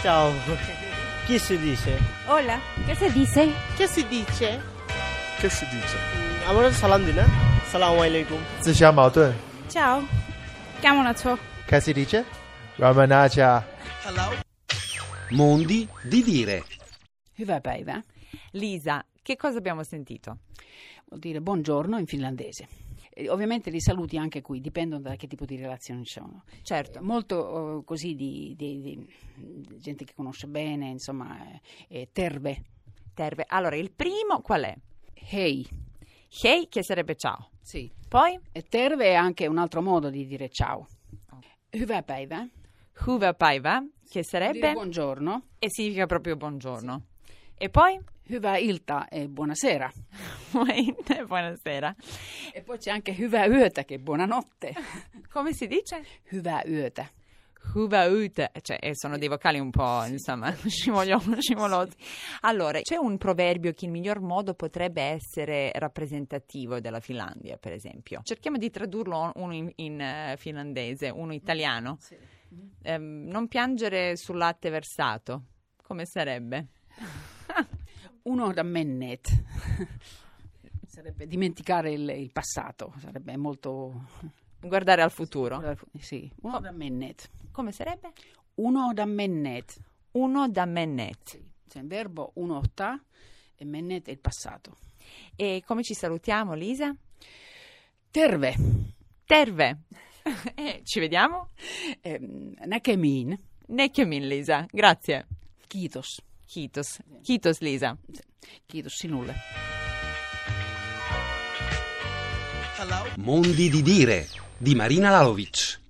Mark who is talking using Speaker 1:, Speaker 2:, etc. Speaker 1: Ciao. Chi si dice?
Speaker 2: Hola, ¿qué se dice?
Speaker 3: Che si dice?
Speaker 4: Che si dice?
Speaker 1: আমরা সালাম দিই না সালাম আলাইকুম
Speaker 5: 自相矛盾。
Speaker 2: Ciao. Chiamo una ciò.
Speaker 5: Che si dice? Ramanaja.
Speaker 6: Mondi di dire.
Speaker 7: E vabbè, va.
Speaker 2: Lisa, che cosa abbiamo sentito?
Speaker 7: Vuol dire buongiorno in finlandese. E ovviamente li saluti anche qui, dipendono da che tipo di relazioni sono.
Speaker 2: Certo.
Speaker 7: Molto eh, così di, di- di gente che conosce bene, insomma, eh, eh, terve.
Speaker 2: Terve. Allora, il primo qual è?
Speaker 7: Hey.
Speaker 2: Hey, che sarebbe ciao.
Speaker 7: Sì.
Speaker 2: Poi,
Speaker 7: E terve è anche un altro modo di dire ciao. Hyvää päivää.
Speaker 2: huva paiva, che
Speaker 7: Vuol dire
Speaker 2: sarebbe...
Speaker 7: buongiorno.
Speaker 2: E significa proprio buongiorno. E poi,
Speaker 7: Hyvää ilta e buonasera.
Speaker 2: buonasera.
Speaker 7: E poi c'è anche hyvää yötä che è buonanotte.
Speaker 2: Come si dice?
Speaker 7: hyvää yötä.
Speaker 2: Huva ut, cioè eh, sono dei vocali un po' insomma scimolio- scimolosi. Allora, c'è un proverbio che in miglior modo potrebbe essere rappresentativo della Finlandia, per esempio. Cerchiamo di tradurlo uno in, in, eh, finlandese, uno italiano. Ehm, non piangere sul latte versato, come sarebbe?
Speaker 7: Unohda menneet. Sarebbe dimenticare il, il passato, sarebbe molto...
Speaker 2: Guardare al futuro.
Speaker 7: Sì, unohda menneet.
Speaker 2: Come sarebbe?
Speaker 7: Unohda menneet.
Speaker 2: Uno da mennet.
Speaker 7: C'è il verbo unohta e menneet è il passato.
Speaker 2: E come ci salutiamo, Lisa?
Speaker 7: Terve.
Speaker 2: Terve! Eh, ci vediamo?
Speaker 7: Ehm, Näkemiin.
Speaker 2: Nekemin, Lisa. Grazie.
Speaker 7: Kiitos.
Speaker 2: Kiitos. Kiitos Lisa.
Speaker 7: Kiitos sinulle.
Speaker 6: Mondi di dire. Di Marina Lalovic.